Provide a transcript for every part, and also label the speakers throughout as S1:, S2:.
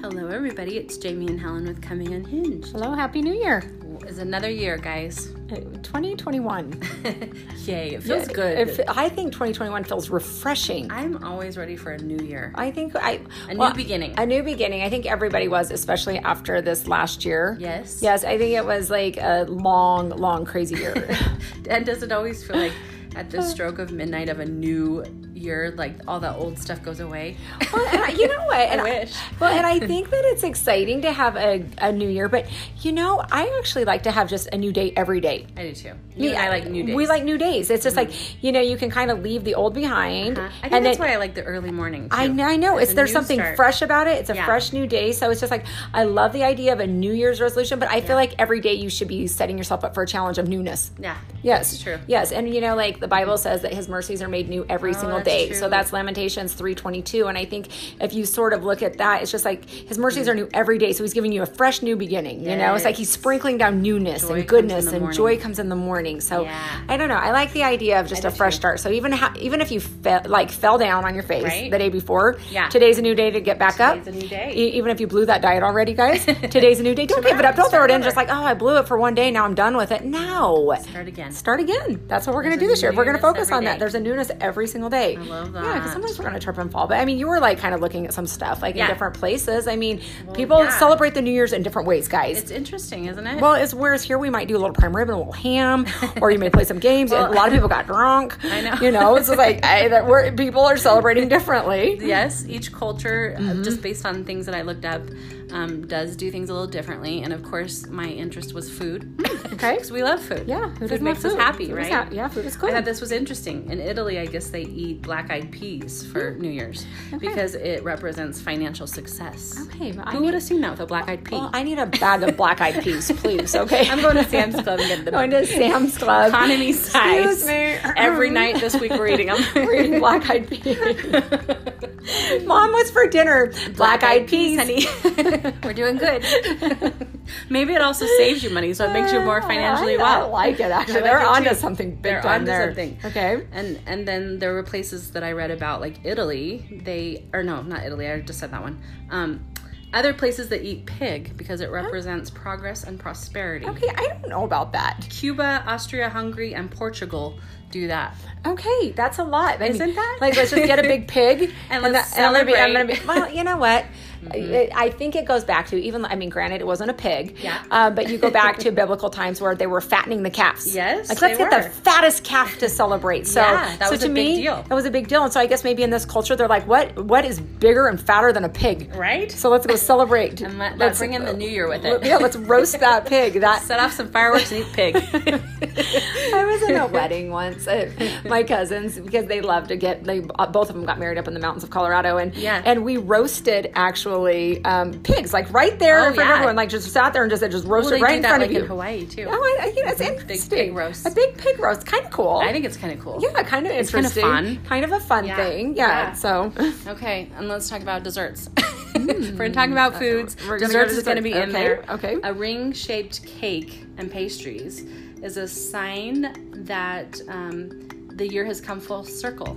S1: Hello, everybody. It's Jamie and Helen with Coming Unhinged.
S2: Hello, Happy New Year,
S1: It's another year, guys.
S2: Uh, 2021.
S1: Yay, it feels good.
S2: It fe- I think 2021 feels refreshing.
S1: I'm always ready for a new year.
S2: I think I
S1: A new beginning.
S2: A new beginning. I think everybody was, especially after this last year.
S1: Yes.
S2: Yes, I think it was like a long, long, crazy year.
S1: and does it always feel like at the stroke of midnight of a new year, like all that old stuff goes away?
S2: Well, and I- you know what? And
S1: wish.
S2: well, and I think that it's exciting to have a, a new year, but you know, I actually like to have just a new day every day.
S1: I do too. You and I like new days. Mm-hmm.
S2: We like new days. It's just like you know, you can kind of leave the old behind,
S1: Uh-huh. I think
S2: and
S1: that's
S2: then-
S1: why I like the early morning.
S2: I
S1: too.
S2: know, I know. It's,
S1: a
S2: there's
S1: new
S2: something
S1: start.
S2: fresh about it. It's a
S1: Yeah.
S2: fresh new day, so it's just like I love the idea of a New Year's resolution, but I feel like every day you should be setting yourself up for a challenge of newness.
S1: Yeah.
S2: Yes,
S1: That's true. Oh,
S2: Yes, and you know, like the Bible says that His mercies are made new every single
S1: that's
S2: day.
S1: true.
S2: So that's Lamentations three twenty two, and I think if you sort of look at that, it's just like His mercies are new every day. So He's giving you a fresh new beginning. You know, it's like He's
S1: Yes.
S2: sprinkling down newness
S1: Joy comes in
S2: and goodness,
S1: the
S2: and
S1: morning.
S2: joy comes in the morning. So
S1: Yeah.
S2: I don't know. I like the idea of just a
S1: do
S2: fresh
S1: too.
S2: start. So even ha- even if you fe- like fell down on your face
S1: Right?
S2: the day before,
S1: Yeah.
S2: today's a new day to get back up.
S1: Today's a new day.
S2: E- even if you blew that diet already, guys, today's a new day. Don't give it up. Don't throw it in. Just like oh, I blew it for one day. Now I'm done with it. No
S1: Start again.
S2: start again. That's what we're going to
S1: There's
S2: do
S1: a
S2: this year. We're going
S1: newness
S2: to focus
S1: every
S2: on
S1: day.
S2: that. There's a newness every single day. I
S1: love
S2: Yeah,
S1: that.
S2: because sometimes we're going to trip and fall. But I mean, you were like kind of looking at some stuff, like
S1: Yeah.
S2: in different places. I mean, people
S1: yeah.
S2: celebrate the New Year's in different ways, guys.
S1: It's interesting, isn't it?
S2: well, it's whereas here we might do a little prime rib and a little ham, or you may play some games. and a lot of people got drunk.
S1: I know.
S2: You know, it's just like I, that we're, people are celebrating differently.
S1: yes, each culture, uh,
S2: Mm-hmm.
S1: just based on things that I looked up, um, does do things a little differently. And of course, my interest was food.
S2: Mm, Okay.
S1: Because we love food.
S2: Yeah, who
S1: food
S2: doesn't
S1: makes
S2: love
S1: us
S2: food?
S1: happy,
S2: Food is
S1: right?
S2: hap- yeah, food is
S1: I
S2: good.
S1: thought this was interesting. In Italy, I guess they eat black eyed peas for
S2: Mm.
S1: New Year's because it represents financial success.
S2: Okay, but I
S1: Who
S2: need-
S1: would have seen that with a black eyed pea?
S2: Well, I need a bag of black eyed peas, please. Okay.
S1: I'm going to Sam's Club and get the
S2: going to Sam's Club.
S1: economy size.
S2: Excuse me.
S1: Every night this week we're eating them.
S2: We're eating black eyed peas. Mom, what's for dinner? Black eyed peas.
S1: honey. We're doing good. Maybe it also saves you money, so it makes you more financially
S2: Ah, Uh, I, I
S1: well.
S2: like it actually.
S1: I like
S2: They're
S1: it,
S2: onto
S1: too.
S2: something big
S1: They're
S2: time
S1: onto
S2: there.
S1: something.
S2: Okay.
S1: And and then there were places that I read about, like Italy. They or no, not Italy. I just said that one. Um, other places that eat pig because it represents progress and prosperity.
S2: Okay, I don't know about that.
S1: Cuba, Austria, Hungary, and Portugal do that.
S2: Okay, that's a lot. I mean,
S1: Isn't that?
S2: Like, let's just get a big pig
S1: And let's
S2: I'm gonna be-
S1: celebrate.
S2: I'm
S1: Mm-hmm.
S2: gonna be- well, you know what? I- I think it goes back to even. I mean, granted, it wasn't a pig.
S1: Yeah.
S2: Uh, but you go back to biblical times where they were fattening the calves.
S1: Yes,
S2: Like, let's
S1: they
S2: get
S1: were.
S2: the fattest calf to celebrate. So,
S1: Yeah, that
S2: so
S1: was
S2: to
S1: a big
S2: me,
S1: deal.
S2: that was a big deal. And so, I guess maybe in this culture, they're like, what What is bigger and fatter than a pig?
S1: Right?
S2: So let's go celebrate.
S1: And let,
S2: Let's- uh,
S1: let's bring in the new year with it.
S2: Yeah, let's roast that pig. That
S1: set off some fireworks and eat pig.
S2: I was in a wedding once. uh, my cousins, because they love to get, they uh, both of them got married up in the mountains of Colorado, and
S1: Yeah.
S2: and we roasted actually um, pigs, like right there
S1: Oh,
S2: in front
S1: yeah.
S2: of everyone, like just sat there and just said, just
S1: Well,
S2: roasted
S1: they
S2: right
S1: do
S2: in
S1: that,
S2: front
S1: like
S2: of you.
S1: in Hawaii too.
S2: Oh, I, I think that's
S1: big
S2: interesting.
S1: pig roast.
S2: A big pig roast, kind of cool.
S1: I think it's kind of cool.
S2: yeah, kind of
S1: kind of
S2: interesting.
S1: fun.
S2: Kind of a fun
S1: Yeah.
S2: thing. Yeah.
S1: Yeah.
S2: So
S1: Okay, and let's talk about desserts. We're gonna talk about foods.
S2: Hmm. Uh, We're gonna go
S1: desserts
S2: to
S1: is gonna be in
S2: dessert.
S1: there.
S2: Okay, okay.
S1: A ring-shaped cake and pastries is a sign that um, the year has come full circle.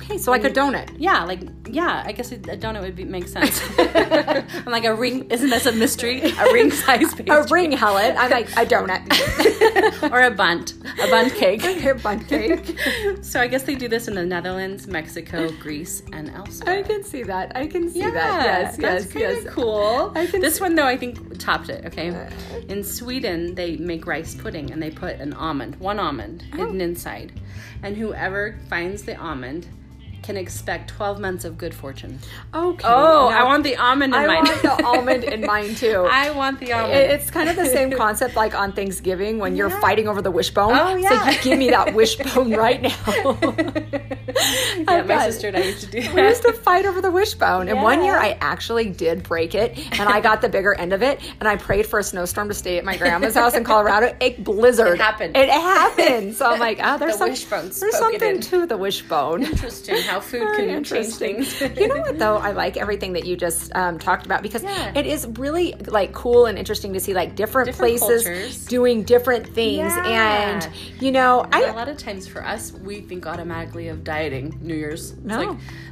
S2: okay, so like a donut.
S1: Yeah, like yeah, I guess a donut would be, make sense. I'm like a ring. Isn't this a mystery? A ring-sized pastry.
S2: A ring, Helen. I'm like a donut.
S1: or a bunt, a bunt cake.
S2: A bun cake.
S1: So I guess they do this in the Netherlands, Mexico, Greece, and elsewhere.
S2: I can see that. I can see
S1: Yeah,
S2: that. Yes,
S1: that's
S2: yes, yes.
S1: kinda Cool.
S2: I Uh, can
S1: this
S2: see-
S1: one though, I think topped it. Okay. In Sweden, they make rice pudding and they put an almond, one almond,
S2: Oh.
S1: hidden inside, and whoever finds the almond can expect 12 months of good fortune.
S2: Okay.
S1: Oh,
S2: now-
S1: I want the almond in
S2: I
S1: mine.
S2: want the almond in mine too.
S1: I want the almond.
S2: It- It's kind of the same concept like on Thanksgiving when you're fighting over the wishbone.
S1: Oh, yeah.
S2: So you give me that wishbone right now.
S1: yeah,
S2: I
S1: my
S2: got it.
S1: sister and I used to do that.
S2: We used to fight over the wishbone. And one
S1: Yeah.
S2: year I actually did break it and I got the bigger end of it. And I prayed for a snowstorm to stay at my grandma's house in Colorado. It
S1: It
S2: blizzard.
S1: happened.
S2: It happened. So I'm like, oh, there's,
S1: The
S2: some-
S1: wishbone
S2: there's
S1: spoke it
S2: something
S1: in.
S2: to the wishbone.
S1: Interesting how food
S2: Very
S1: can change
S2: interesting.
S1: things.
S2: you know what though? I like everything that you just um, talked about because
S1: Yeah.
S2: it is really like cool and interesting to see like different,
S1: Different
S2: places
S1: cultures.
S2: doing different things.
S1: Yeah.
S2: And you know, I
S1: a lot of times for us, we think automatically of dieting New Year's. It's
S2: No.
S1: like,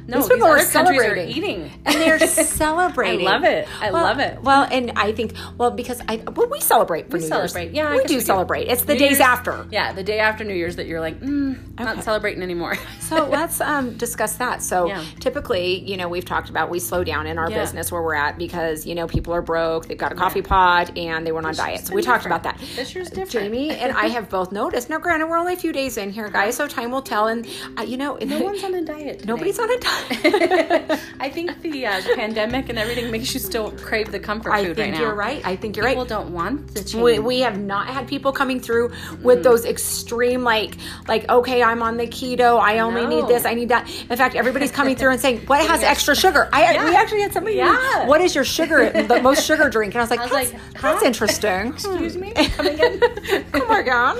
S1: no,
S2: These
S1: these,
S2: people are
S1: other countries are
S2: celebrating.
S1: eating,
S2: and they're celebrating.
S1: I love it. I
S2: Well-
S1: love it.
S2: Well, and I think well because I well we celebrate for
S1: We
S2: New
S1: celebrate.
S2: Year's.
S1: Yeah, I
S2: we
S1: guess
S2: do
S1: we do.
S2: celebrate. It's the
S1: New
S2: days
S1: Year's-
S2: after.
S1: Yeah, the day after New Year's that you're like, mm,
S2: Okay.
S1: not celebrating anymore.
S2: So let's um, discuss that. So
S1: Yeah.
S2: typically, you know, we've talked about we slow down in our
S1: Yeah.
S2: business where we're at because you know people are broke, they've got a coffee pot, and they went on diet. So we talked about that. Uh,
S1: This year's different.
S2: Jamie and I have both noticed. Now, granted, we're only a few days in here, guys, so time will tell. And uh, you know,
S1: Uh-huh. No one's on a diet. Today.
S2: nobody's on a diet.
S1: I think the uh, pandemic and everything makes you still crave the comfort
S2: I
S1: food
S2: think
S1: right now.
S2: you're right. I think you're
S1: People
S2: right.
S1: don't want the change.
S2: we, we have not had people coming through with those extreme like like okay i'm on the keto i only need
S1: No.
S2: this i need that in fact everybody's coming through and saying what has extra sugar i we
S1: Yeah.
S2: actually had somebody
S1: Yeah.
S2: what is your sugar the most sugar drink and i was like
S1: I was
S2: that's,
S1: like,
S2: that's
S1: huh?
S2: interesting
S1: Excuse me? Come again?
S2: come on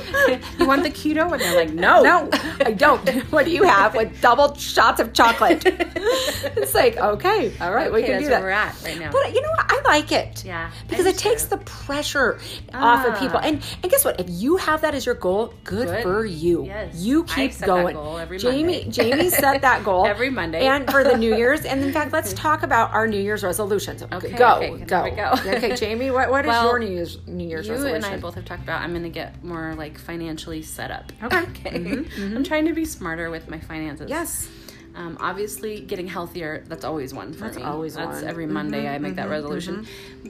S1: you want the keto? And they're like, no.
S2: no i don't what do you have with double shots of chocolate it's like okay all right we
S1: Okay,
S2: can
S1: that's
S2: do
S1: where
S2: that
S1: we're at right now.
S2: but you know what? I like it.
S1: Yeah, I
S2: Because
S1: do
S2: it takes
S1: too.
S2: the pressure off of
S1: Ah.
S2: people. And and guess what? If you have that as your goal, good,
S1: Good.
S2: for you.
S1: Yes.
S2: You
S1: I
S2: keep
S1: set that
S2: going.
S1: goal every
S2: Jamie
S1: Monday.
S2: Jamie set that goal
S1: Every Monday.
S2: And for the New Year's. And in fact, let's talk about our New Year's resolutions.
S1: Okay,
S2: Go.
S1: okay, here
S2: go.
S1: we go.
S2: okay, Jamie, what, what is
S1: Well,
S2: your New Year's New Year's
S1: you
S2: resolution?
S1: and I both have talked about I'm going to get more like financially set up.
S2: Okay. Mm-hmm,
S1: Okay. I'm trying to be smarter with my finances.
S2: Yes.
S1: Um, obviously, getting healthier, that's always one for
S2: That's
S1: me.
S2: always
S1: that's
S2: one. Mm-hmm,
S1: every Monday I make that resolution.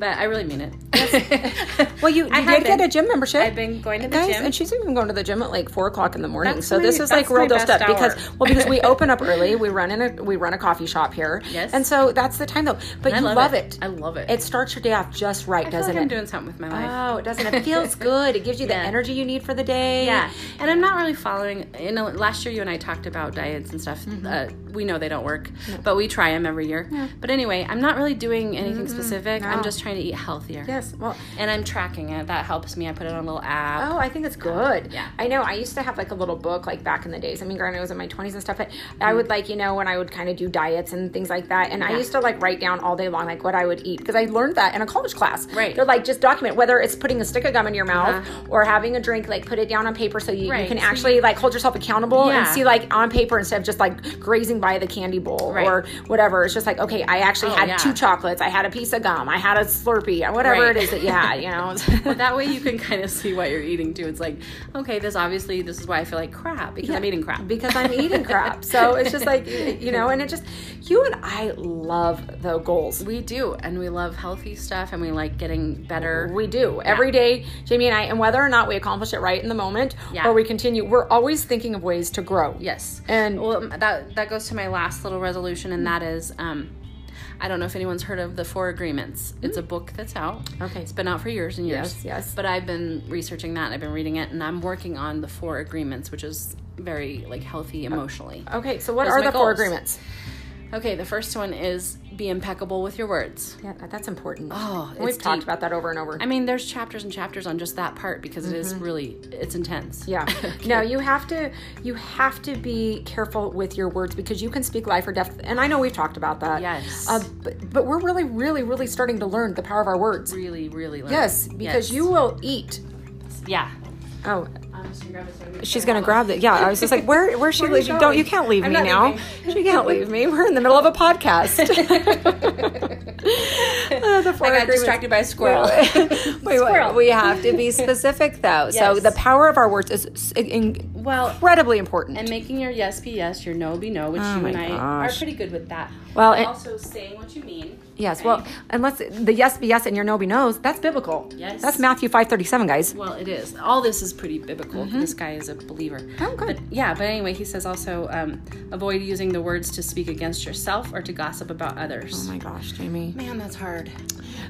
S1: But I really mean it.
S2: Well, you, you
S1: I
S2: did
S1: have
S2: get
S1: been.
S2: a gym membership.
S1: I've been going to the
S2: Guys,
S1: gym.
S2: and she's even going to the gym at like four o'clock in the morning.
S1: That's
S2: so this
S1: my-
S2: is like
S1: that's my
S2: real dosed up
S1: best
S2: because
S1: hour.
S2: well because we open up early. We run in a we run a coefee shop here.
S1: Yes.
S2: and so that's the time though. But
S1: I
S2: you
S1: love,
S2: it.
S1: it. I love it.
S2: It starts your day off just right,
S1: I feel
S2: doesn't
S1: like I'm
S2: it?
S1: doing something with my life.
S2: Oh, doesn't it? It feels good. It gives you the
S1: Yeah.
S2: energy you need for the day.
S1: Yeah, and I'm not really following. You know, last year you and I talked about diets and stuff.
S2: Mm-hmm.
S1: Uh, we know they don't work, but we try them every year. But anyway, I'm not really doing anything specific.
S2: Mm-hmm. No.
S1: I'm just trying to eat healthier.
S2: Yes. Well,
S1: And I'm tracking it. That helps me. I put it on a little app.
S2: Oh, I think it's good.
S1: Yeah.
S2: I know. I used to have like a little book like back in the days. I mean, granted, I was in my 20s and stuff, but I would like, you know, when I would kind of do diets and things like that. And I
S1: Mm-hmm. Yeah.
S2: used to like write down all day long like what I would eat because I learned that in a college class.
S1: Right. Uh-huh.
S2: They're like, just document whether it's putting a stick of gum in your mouth or having a drink, like put it down on paper so you, you
S1: Right.
S2: can
S1: So
S2: actually like hold yourself accountable and
S1: Yeah.
S2: see like on paper instead of just like grazing by the candy bowl
S1: Right.
S2: or whatever. It's just like, okay, I actually
S1: Oh,
S2: had
S1: yeah.
S2: two chocolates, I had a piece of gum, I had a Slurpee, or whatever
S1: Right.
S2: it is that you had, you know.
S1: But that way you can kind of see what you're eating too. It's like, okay, this obviously this is why I feel like crap because I'm eating crap.
S2: because I'm eating crap. So it's just like you know, and it just you and I love the goals.
S1: we do, and we love healthy stuff, and we like getting better.
S2: We do every day, Jamie and I, and whether or not we accomplish it right in the moment
S1: Yeah.
S2: or we continue, we're always thinking of ways to grow.
S1: Yes.
S2: And- Mm.
S1: well, um, that that goes to my last little resolution, and that is, um, I don't know if anyone's heard of the Four Agreements. It's a book that's out.
S2: Mm. Okay.
S1: It's been out for years and years.
S2: Yes, yes.
S1: But I've been researching that. and I've been reading it, and I'm working on the Four Agreements, which is very like healthy
S2: Uh,
S1: emotionally.
S2: Okay, so what
S1: Those
S2: are
S1: are my
S2: the four
S1: goals.
S2: agreements?
S1: Okay, the first one is be impeccable with your words.
S2: Yeah, that's important.
S1: Oh,
S2: we've
S1: it's
S2: talked
S1: deep.
S2: about that over and over.
S1: I mean, there's chapters and chapters on just that part because it is really it's intense.
S2: Mm-hmm. Yeah. No, you have to you have to be careful with your words because you can speak life or death. And I know we've talked about that.
S1: Yes.
S2: Uh, but, but we're really, really, really starting to learn the power of our words.
S1: Really, really. learn.
S2: Yes, because
S1: Yes.
S2: you will eat.
S1: Yeah.
S2: Oh,
S1: I'm just gonna grab this one.
S2: She's gonna grab it. Yeah, I was just like, where? Where's she? leave- don't you can't leave
S1: I'm
S2: me
S1: not
S2: now.
S1: leaving.
S2: She can't leave me. We're in the middle of a podcast. Uh, the four
S1: I got
S2: agreements.
S1: distracted by a squirrel.
S2: Wait, wait,
S1: Squirrel.
S2: we have to be specific though. So
S1: Yes.
S2: the power of our words is s- in-
S1: Well,
S2: incredibly important.
S1: and making your yes be yes, your no be no, which you
S2: Oh my
S1: and I are
S2: gosh.
S1: pretty good with that.
S2: Well,
S1: And
S2: it-
S1: also saying what you mean.
S2: yes,
S1: okay?
S2: well, unless the yes be yes and your no be no's, that's biblical.
S1: Yes.
S2: that's Matthew five thirty seven, guys.
S1: Well, it is. All this is pretty biblical. This guy is a believer.
S2: Mm-hmm. Oh, good.
S1: But, yeah, but anyway, he says also um, avoid using the words to speak against yourself or to gossip about others.
S2: Oh my gosh, Jamie,
S1: Man, that's hard.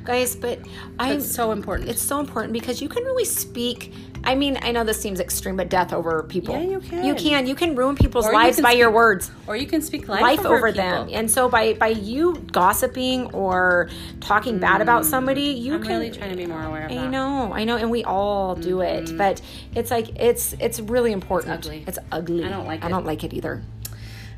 S2: guys, but I'm
S1: It's so important.
S2: it's so important because you can really speak. I mean, I know this seems extreme, but death over people.
S1: Yeah, you can.
S2: You can. You can ruin people's
S1: Or you
S2: lives
S1: can
S2: by your
S1: speak
S2: words,
S1: or you can speak life,
S2: life over,
S1: people.
S2: them. And so by by you gossiping or talking bad about somebody, you
S1: Mm. I'm
S2: can.
S1: really trying to be more aware of
S2: I
S1: that.
S2: know, I know, and we all do it, but it's like it's it's really important.
S1: ugly.
S2: It's ugly.
S1: I don't like
S2: I
S1: it.
S2: don't like it either.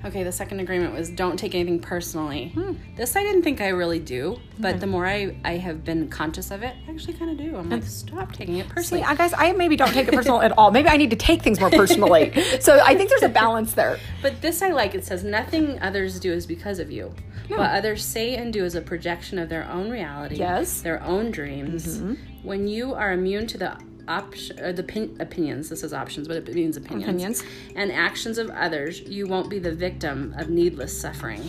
S1: Okay, the second agreement was don't take anything personally.
S2: Hmm.
S1: This I didn't think I really do, but the more I, I have been conscious of it, I actually kind of do. I'm like, stop taking it
S2: See,
S1: personally.
S2: I guess I maybe don't take it personal at all. Maybe I need to take things more personally. so I think there's a balance there.
S1: But this I like. It says nothing others do is because of you. What others say and do is a projection of their own reality,
S2: Yes. Mm-hmm.
S1: their own dreams. When you are immune to the option or the pin- opinions, this is options, but it means opinions,
S2: Opinions.
S1: and actions of others, you won't be the victim of needless suffering.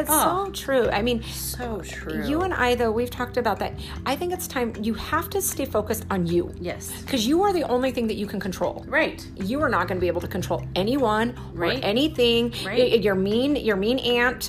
S2: It's
S1: Oh.
S2: so true. I mean,
S1: So true.
S2: you and I, though, we've talked about that. I think it's time you have to stay focused on you.
S1: yes,
S2: Because you are the only thing that you can control.
S1: right.
S2: You are not going to be able to control anyone
S1: Right.
S2: or anything.
S1: Right.
S2: Y- Your mean, your mean aunt,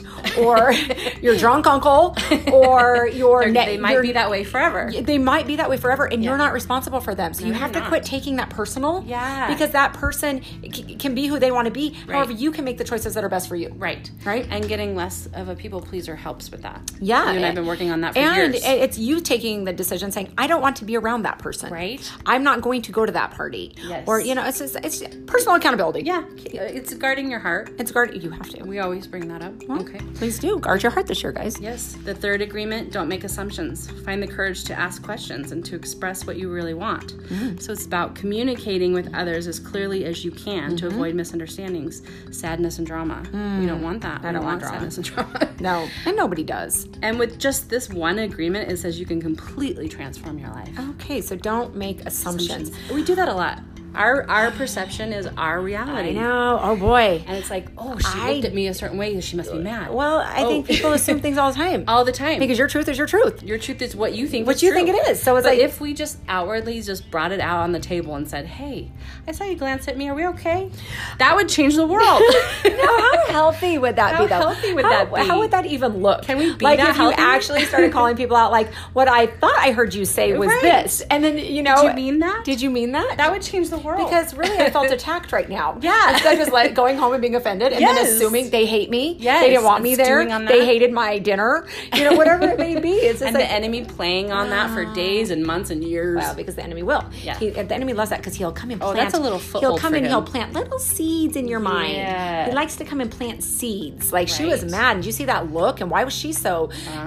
S2: or your drunk uncle, or your
S1: They're-
S2: ne-
S1: they might
S2: your-
S1: be that way forever.
S2: they might be that way forever and you're not responsible for them so you have to
S1: you're
S2: quit taking that personal
S1: Yeah.
S2: because that person c- can be who they want to be however
S1: Right.
S2: you can make the choices that are best for you
S1: Right.
S2: Right?
S1: And getting less of a people pleaser helps with that.
S2: yeah
S1: You and I've been working on that for
S2: and
S1: years.
S2: it- it's you taking the decision saying i don't want to be around that person
S1: Right.
S2: i'm not going to go to that party
S1: Yes.
S2: or you know it's just, it's personal accountability
S1: yeah, it's guarding your heart.
S2: it's guard you have to
S1: We always bring that up. Okay.
S2: please do guard your heart this year guys
S1: Yes. The third agreement don't make assumptions. Find the courage to ask questions and to express what you really want.
S2: Mm-hmm.
S1: So it's about communicating with others as clearly as you can to
S2: Mm-hmm.
S1: avoid misunderstandings, sadness, and drama. We don't want that. I
S2: Mm. don't want drama.
S1: sadness and drama.
S2: no and nobody does
S1: and with just this one agreement, it says you can completely transform your life.
S2: okay so don't make assumptions,
S1: We do that a lot. Our our perception is our reality.
S2: i know oh boy
S1: And it's like, oh, she
S2: I-
S1: looked at me a certain way, she must be mad.
S2: well i
S1: Oh.
S2: think people assume things all the time
S1: all the time.
S2: because your truth is your truth
S1: your truth is what you think.
S2: What
S1: is
S2: you
S1: true.
S2: think it is. So it's
S1: But
S2: like-
S1: if we just outwardly just brought it out on the table and said, "Hey, I saw you glance at me. Are we okay?" That would change the world.
S2: No, how healthy would that
S1: How
S2: be? Though,
S1: healthy would
S2: How-
S1: that be?
S2: How would that even look?
S1: Can we be
S2: like
S1: that
S2: if
S1: healthy?
S2: you actually started calling people out? Like what I thought I heard you say was
S1: Right.
S2: this, and then you know,
S1: Did you mean that?
S2: Did you mean that?
S1: that would change the world
S2: because really, I felt attacked right now.
S1: Yeah.
S2: instead of just like going home and being offended, and then
S1: Yes.
S2: assuming they hate me.
S1: Yes,
S2: they didn't want me
S1: and
S2: there.
S1: stewing on
S2: They
S1: that.
S2: hated my dinner. You know, whatever it may be. It's just
S1: and
S2: like
S1: the enemy playing on that for days and months and years.
S2: well, because the enemy will.
S1: Yeah. Oh,
S2: He, the enemy loves that because he'll come and plant.
S1: that's a little
S2: He'll
S1: foothold
S2: come
S1: for
S2: and he'll
S1: him.
S2: plant little seeds in your mind.
S1: Yeah.
S2: He likes to come and plant seeds. Like she was
S1: Right. Uh-huh.
S2: mad. Did you see that look? And why was she so,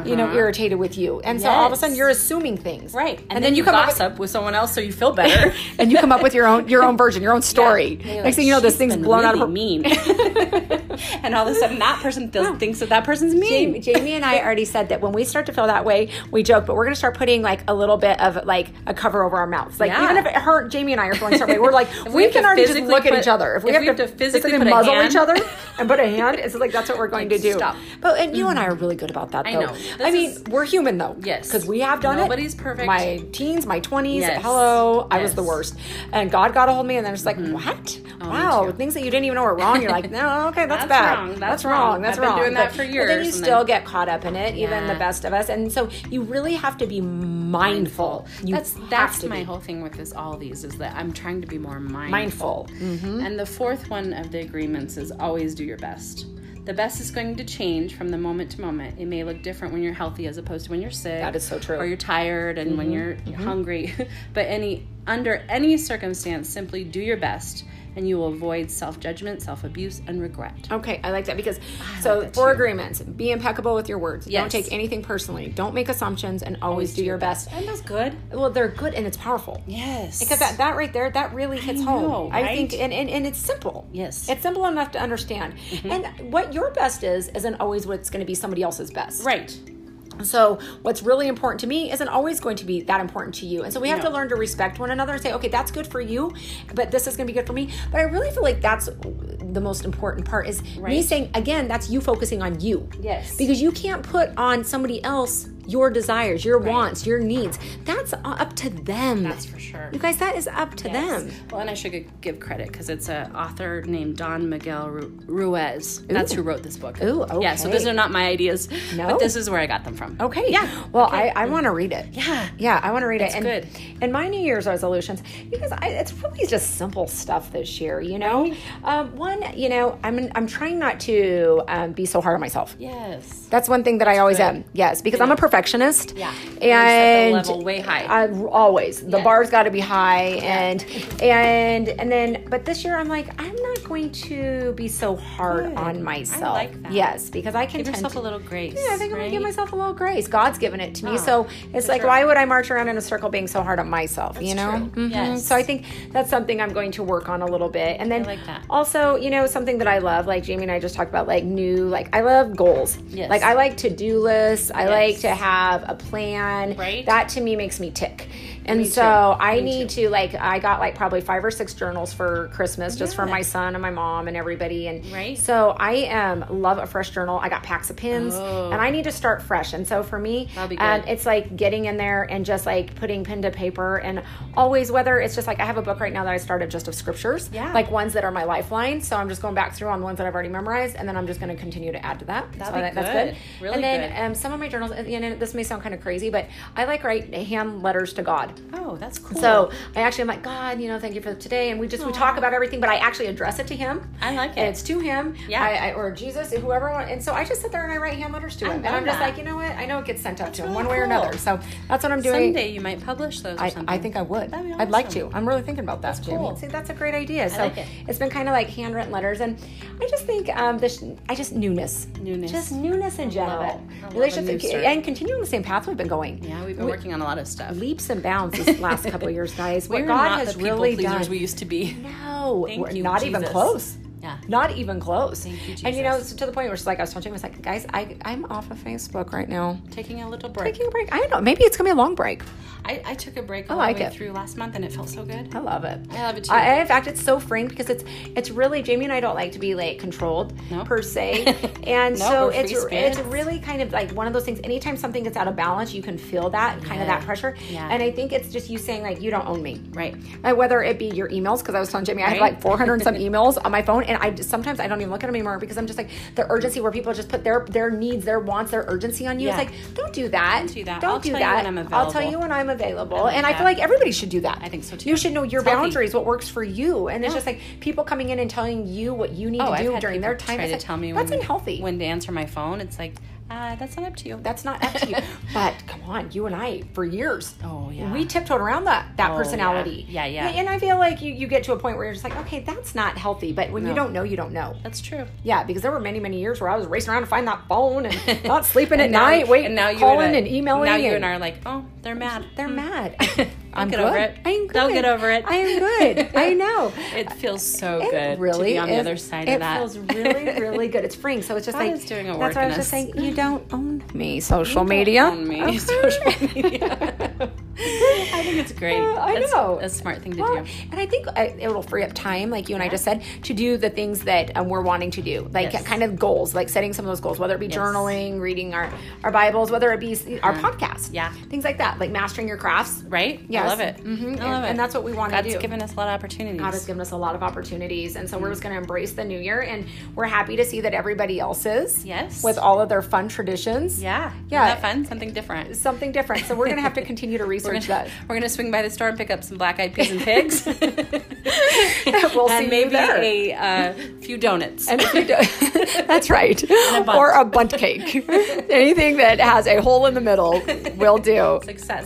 S2: you know, irritated with you? And so all of a sudden
S1: Yes.
S2: you're assuming things.
S1: Right, and,
S2: And,
S1: then,
S2: then,
S1: you,
S2: come up
S1: gossip
S2: with,
S1: with, someone else so you feel better.
S2: and you come up with your own your own version, your own story.
S1: And you're
S2: Next
S1: like,
S2: thing you know, this
S1: "She's
S2: thing's
S1: been
S2: blown out of
S1: really
S2: her.
S1: mean. and all of a sudden, that person feels, thinks that that person's mean.
S2: Jamie, Jamie and I already said that when we start to feel that way, we joke, but we're going to start putting like a little bit of like a cover over our mouths. Like
S1: Yeah.
S2: even if it hurt, Jamie and I are feeling a certain way, we're like we,
S1: we have
S2: can
S1: to
S2: already just
S1: physically
S2: look at
S1: put-
S2: each other.
S1: if we have to physically put a
S2: muzzle
S1: hand-
S2: each other and put a hand, it's like that's what we're going
S1: Like,
S2: to do.
S1: stop. Mm-hmm.
S2: But and you and I are really good about that. Though.
S1: know.
S2: I
S1: This
S2: mean,
S1: is-
S2: we're human though.
S1: Yes.
S2: Because we have done
S1: Nobody's
S2: it.
S1: perfect.
S2: My teens, my twenties.
S1: Yes.
S2: Hello, I was the
S1: Yes. Mm-hmm. Oh,
S2: worst, and God got a hold of me, and then it's like, what? wow, things that you didn't even know were wrong. You're like, no, okay,
S1: That's
S2: that's, bad.
S1: wrong. That's
S2: wrong.
S1: wrong.
S2: That's
S1: I've been
S2: wrong.
S1: doing that
S2: But-
S1: for
S2: But then
S1: years,
S2: you
S1: and
S2: still
S1: then-
S2: get caught up in it, even
S1: Yeah.
S2: the best of us. And so you really have to be mindful. You
S1: that's
S2: have
S1: that's
S2: to
S1: my
S2: be
S1: whole thing with this all these is that I'm trying to be more mindful.
S2: mindful.
S1: Mm. And the fourth one of the agreements is always do your best. The best is going to change from the moment to moment. It may look different when you're healthy as opposed to when you're sick.
S2: That is so true. Mm-hmm.
S1: Or you're tired and when you're hungry. but any under any circumstance, simply do your best and you will avoid self-judgment, self-abuse, and regret.
S2: Okay, I like that because so four agreements: be impeccable with your words. Don't
S1: Yes.
S2: take anything personally. Don't make assumptions, and always, do your best.
S1: And that's good.
S2: Well, they're good and it's powerful.
S1: Yes.
S2: Because that, that right there, that really hits home.
S1: know,
S2: I think,
S1: right?
S2: and, and, and it's simple.
S1: Yes. Mm-hmm.
S2: It's simple enough to understand. And what your best is, isn't always what's going to be somebody else's best.
S1: right.
S2: So, what's really important to me isn't always going to be that important to you. And so, we have to learn to respect one another and say, okay, that's good for you, but this is going to be good for me. But I really feel like that's the most important part is me
S1: Right.
S2: saying, again, that's you focusing on you.
S1: Yes.
S2: Because you can't put on somebody else your desires, your wants, your needs. That's up to them.
S1: That's for sure.
S2: You guys, that is up to them.
S1: Well, and I should g- give credit because it's an author named Don Miguel Ru- Ruiz. That's who wrote this book.
S2: Ooh,
S1: Yeah, so
S2: okay.
S1: these are not my ideas,
S2: No. Oh.
S1: but this is where I got them from.
S2: Okay.
S1: Yeah.
S2: Well, I, I want to read it.
S1: Yeah.
S2: Yeah, I want to read it. And,
S1: good.
S2: And my New Year's resolutions, because I, it's really just simple stuff this year. You know, um, one, you know, I'm I'm trying not to um, be so hard on myself.
S1: Yes.
S2: That's one thing that I always am. Yes, because I'm a perfectionist.
S1: Yeah.
S2: and
S1: You set the level way high.
S2: I always the
S1: Yes.
S2: bar's got to be high, and and and then. But this year, I'm like, I'm not going to be so hard
S1: Good.
S2: on
S1: I
S2: myself.
S1: like that.
S2: Yes, because I can
S1: Give
S2: tend
S1: yourself
S2: to-
S1: a little grace.
S2: yeah, I think I'm gonna give
S1: right?
S2: myself a little grace. God's given it to me,
S1: Oh,
S2: so it's
S1: for
S2: like,
S1: sure.
S2: why would I march around in a circle being so hard on myself? you know.
S1: true.
S2: Mhm.
S1: Yes.
S2: So I think that's something I'm going to work on a little bit, and then
S1: I like that.
S2: also, you know, something that I love, like Jamie and I just talked about, like new, like I love goals.
S1: Yes.
S2: Like I like to do lists. I like
S1: Yes.
S2: to have a plan.
S1: Right.
S2: That to me makes me tick. And
S1: Me
S2: so
S1: too.
S2: I
S1: Me
S2: need to like I got like probably five or six journals for Christmas just for
S1: Yeah.
S2: my son and my mom and everybody and
S1: Right.
S2: so I am love a fresh journal. I got packs of pins
S1: Oh.
S2: and I need to start fresh. And so for me,
S1: That'll be
S2: um,
S1: good.
S2: it's like getting in there and just like putting pen to paper and always whether it's just like I have a book right now that I started just of scriptures,
S1: Yeah.
S2: like ones that are my lifeline. So I'm just going back through on the ones that I've already memorized and then I'm just going to continue to add to that.
S1: That'd
S2: so
S1: be
S2: that-
S1: good. Really
S2: and then
S1: good.
S2: Um, some of my journals, and you know, this may sound kind of crazy, but I like write hand letters to God.
S1: Oh, that's cool.
S2: So I actually am like, God, you know, thank you for today. And we just, we talk about everything, but I actually address it to him.
S1: I like
S2: And
S1: it.
S2: it's to him.
S1: Yeah.
S2: I, I, or Jesus, whoever. want- And so I just sit there and I write hand letters to him. and
S1: love
S2: I'm just
S1: that.
S2: like, you know what? I know it gets sent out to him
S1: really
S2: one way or
S1: cool.
S2: another. So that's what I'm doing.
S1: Someday you might publish those or
S2: I,
S1: something.
S2: I think I would.
S1: That'd be
S2: I'd like to.
S1: awesome.
S2: I'm really thinking about that, that's Jamie.
S1: cool.
S2: See, that's a great idea. So
S1: like it.
S2: has been kind of like handwritten letters, and I just think um, this. I just newness,
S1: Newness.
S2: just newness in general.
S1: it. I love a
S2: Relationships
S1: new start.
S2: and continuing the same path we've been going.
S1: Yeah, we've been
S2: We-
S1: working on a lot of stuff.
S2: leaps and bounds this last couple of years, guys. What
S1: We're
S2: God
S1: not
S2: has
S1: the people
S2: really
S1: pleasers
S2: done.
S1: we used to be.
S2: no,
S1: Thank
S2: we're
S1: you,
S2: not even
S1: Jesus.
S2: close.
S1: Yeah.
S2: Not even close.
S1: Thank you,
S2: And you know,
S1: Jesus.
S2: it's to the point where it's like I was telling you, I was like, guys, I I'm off of Facebook right now.
S1: Taking a little break.
S2: Taking a break. I don't know. Maybe it's gonna be a long break.
S1: I, I took a break all
S2: like
S1: the way
S2: Oh, it. Oh.
S1: through last month and it felt so good.
S2: I love it.
S1: I love it too.
S2: I, and in fact, it's so freeing because it's it's really Jamie and I don't like to be like controlled
S1: No.
S2: per se, and
S1: No,
S2: so
S1: we're free
S2: it's
S1: spirits.
S2: it's really kind of like one of those things. Anytime something gets out of balance, you can feel that kind of
S1: Yeah.
S2: that pressure.
S1: Yeah.
S2: And I think it's just you saying like you don't own me,
S1: Right.
S2: Uh, whether it be your emails, because I was telling Jamie I have
S1: Right.
S2: like 400 and some emails on my phone, and I just- sometimes I don't even look at them anymore because I'm just like the urgency where people just put their their needs, their wants, their urgency on you.
S1: Yeah.
S2: It's like don't do that.
S1: do that.
S2: Don't
S1: I'll
S2: do
S1: tell you
S2: that.
S1: when I'm
S2: I'll tell
S1: available.
S2: you when I'm available,
S1: like
S2: and I feel
S1: that.
S2: like everybody should do that.
S1: I think so, too.
S2: You should know your
S1: It's healthy.
S2: boundaries, what works for you, and it's
S1: Yeah.
S2: just like people coming in and telling you what you need
S1: Oh,
S2: to
S1: I've
S2: do
S1: had
S2: during
S1: people
S2: their time.
S1: Try
S2: It's
S1: to
S2: like,
S1: tell me
S2: that's
S1: when,
S2: unhealthy.
S1: When to answer my phone, it's like, uh, that's not up to you.
S2: that's not up to you. but come on, you and I for years.
S1: Oh, yeah.
S2: We tiptoed around that that
S1: Oh,
S2: personality.
S1: yeah. Yeah, yeah.
S2: And I feel like you, you get to a point where you're just like, okay, that's not healthy. But when you
S1: No.
S2: don't know, you don't know.
S1: That's true.
S2: Yeah, because there were many, many years where I was racing around to find that phone and not sleeping at
S1: And now-
S2: night, waiting,
S1: and now you
S2: calling
S1: and, I-
S2: and emailing.
S1: Now you and I are like, oh, they're mad.
S2: they're
S1: Mm.
S2: mad.
S1: I'll get over it.
S2: I'm good.
S1: They'll get over it.
S2: I am good. I know.
S1: It feels so
S2: It
S1: good
S2: really
S1: to be on the
S2: is-
S1: other side
S2: it
S1: of that.
S2: feels really, really good. It's freeing, so it's just
S1: God
S2: like
S1: is doing a
S2: that's
S1: work
S2: why I
S1: in
S2: was just
S1: us.
S2: saying you don't own me, social
S1: don't
S2: media.
S1: own me, social media. I think it's great.
S2: Uh, I
S1: That's
S2: know.
S1: a smart thing to
S2: Well,
S1: do.
S2: and I think I, it'll free up time, like you and I just said, to do the things that um, we're wanting to do, like
S1: Yes.
S2: kind of goals, like setting some of those goals, whether it be journaling, reading our our Bibles, whether it be s- our podcast,
S1: Yeah.
S2: things like that, like mastering your crafts.
S1: Right?
S2: Yes.
S1: I love it.
S2: Mhm.
S1: I love
S2: and,
S1: it.
S2: and that's what we want to
S1: God's
S2: do.
S1: given us a lot of opportunities.
S2: God has given us a lot of opportunities, and so we're
S1: Mm-hmm.
S2: just going to embrace the new year, and we're happy to see that everybody else is.
S1: Yes.
S2: With all of their fun traditions.
S1: yeah.
S2: Yeah.
S1: Isn't that fun? Something different.
S2: Something different. So we're going to have to continue to
S1: We're gonna,
S2: research that.
S1: we're gonna swing by the store and pick up some black eyed peas and pigs.
S2: We'll see
S1: and
S2: you
S1: maybe
S2: there.
S1: a uh, few donuts.
S2: And if you do, that's right.
S1: bunt.
S2: Or a bunt cake. Anything that has a hole in the middle will do.
S1: Success.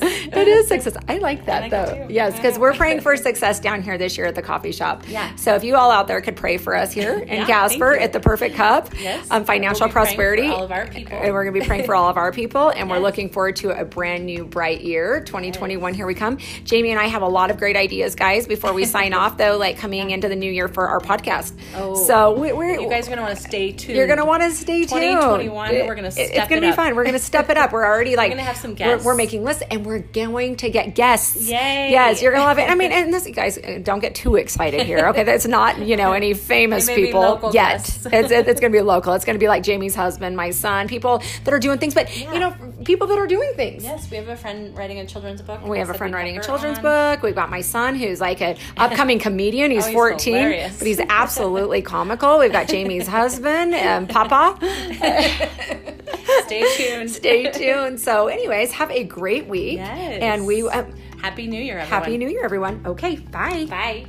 S2: It is success. I like that
S1: like it
S2: though.
S1: too.
S2: Yes,
S1: I
S2: because
S1: know.
S2: we're praying for success down here this year at the coffee shop.
S1: Yeah.
S2: So if you all out there could pray for us here in
S1: Yeah,
S2: Casper
S1: thank you.
S2: at the Perfect Cup,
S1: Yes.
S2: um, financial
S1: We'll be praying for
S2: prosperity,
S1: all of our people.
S2: and we're going to be praying for all of our people, and we're
S1: Yes.
S2: looking forward to a brand new bright year, 2021. Here we come. Jamie and I have a lot of great ideas, guys. Before we sign off, though, like coming into the new year for our podcast.
S1: Oh.
S2: so we, we're
S1: You guys are gonna want to stay tuned.
S2: you're gonna want to stay tuned.
S1: 2021, we're gonna
S2: It's
S1: step
S2: gonna
S1: it
S2: be
S1: up.
S2: fun. We're gonna step it up. We're already like
S1: gonna have some
S2: we're-
S1: guests.
S2: We're, making lists, and we're going to get guests.
S1: Yay.
S2: Yes, you're gonna love it. I mean, and this you guys uh, don't get too excited here. Okay, that's not you know any famous
S1: It may be
S2: people
S1: local
S2: yet.
S1: guests.
S2: It's it- it's gonna be local. It's gonna be like Jamie's husband, my son, people that are doing things, but you know people that are doing things.
S1: Yes, we have a friend writing a children's book.
S2: We have a
S1: Said
S2: friend
S1: we
S2: writing a
S1: had her
S2: children's
S1: on.
S2: book. We've got my son who's like an upcoming comedian. He's,
S1: Oh, he's
S2: 14,
S1: hilarious.
S2: but he's absolutely comical. We've got Jamie's husband, um, Papa.
S1: Stay tuned.
S2: Stay tuned. So, anyways, have a great week.
S1: Yes.
S2: And we, um,
S1: Happy New Year, everyone.
S2: Happy New Year, everyone. Okay, bye.
S1: Bye.